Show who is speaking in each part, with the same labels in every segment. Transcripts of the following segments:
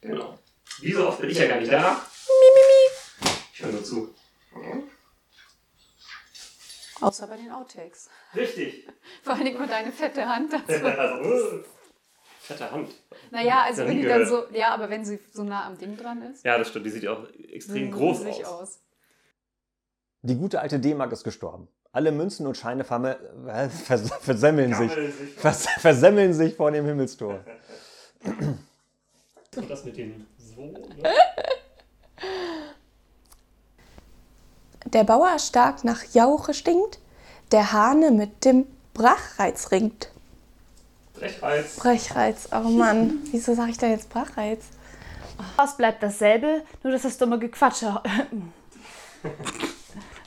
Speaker 1: Genau. Wie so oft bin ich ja gar nicht da. Ich höre nur zu.
Speaker 2: Außer bei den Outtakes.
Speaker 1: Richtig.
Speaker 2: Vor allen Dingen mit deine fette Hand dazu.
Speaker 1: Also, Fette Hand.
Speaker 2: Naja, also
Speaker 1: Noch
Speaker 2: wenn
Speaker 1: nie
Speaker 2: die dann
Speaker 1: gehört.
Speaker 2: so, ja, aber wenn sie so nah am Ding dran ist,
Speaker 1: Ja, das stimmt. Die sieht auch extrem
Speaker 3: Mhm,
Speaker 2: sehen sie
Speaker 1: groß
Speaker 2: sich
Speaker 1: aus.
Speaker 2: aus.
Speaker 4: Die gute alte D-Mark ist gestorben. Alle Münzen und Scheine verme äh, vers versemmeln sich. Vers versemmeln sich vor dem Himmelstor.
Speaker 1: Und das mit dem so. Ne?
Speaker 5: Der Bauer stark nach Jauche stinkt, der Hahne mit dem Brachreiz ringt.
Speaker 1: Brechreiz.
Speaker 5: Brechreiz, oh Mann, wieso sage ich da jetzt Brachreiz?
Speaker 6: Was bleibt dasselbe, nur dass das dumme Gequatsche.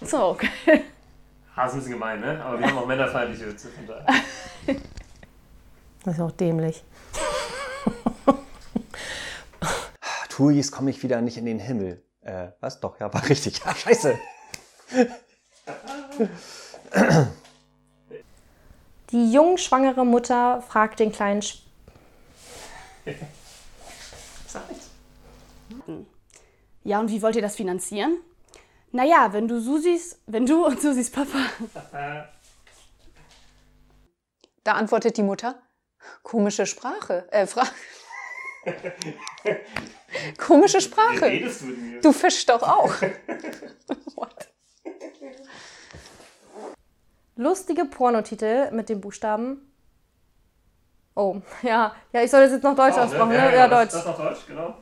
Speaker 6: so, okay.
Speaker 1: Hasen sind gemein, ne? Aber wir haben auch männerfeindliche Witze von daher.
Speaker 6: Das ist auch dämlich.
Speaker 4: Tuis komme ich wieder nicht in den Himmel. Äh, was? Doch, ja, war richtig. Ah, scheiße.
Speaker 3: Die jungschwangere Mutter fragt den kleinen Sch
Speaker 6: Ja, und wie wollt ihr das finanzieren? Naja, wenn du Susis, wenn du und Susis Papa.
Speaker 2: Da antwortet die Mutter, komische Sprache. Äh, Fra komische
Speaker 1: Wie
Speaker 2: Sprache.
Speaker 1: redest du mit mir?
Speaker 2: Du fischst doch auch. What?
Speaker 3: lustige Pornotitel mit den Buchstaben. Oh, ja. Ja, ich soll das jetzt noch Deutsch aussprechen, ne? Ja,
Speaker 1: das-
Speaker 3: Deutsch.
Speaker 1: Das noch Deutsch, genau.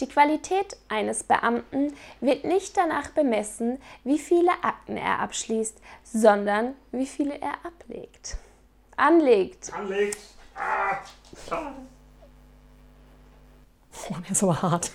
Speaker 7: Die Qualität eines Beamten wird nicht danach bemessen, wie viele Akten er abschließt, sondern wie viele er ablegt. Anlegt.
Speaker 1: Anlegt. Ah, schade.
Speaker 6: Oh, der ist aber hart.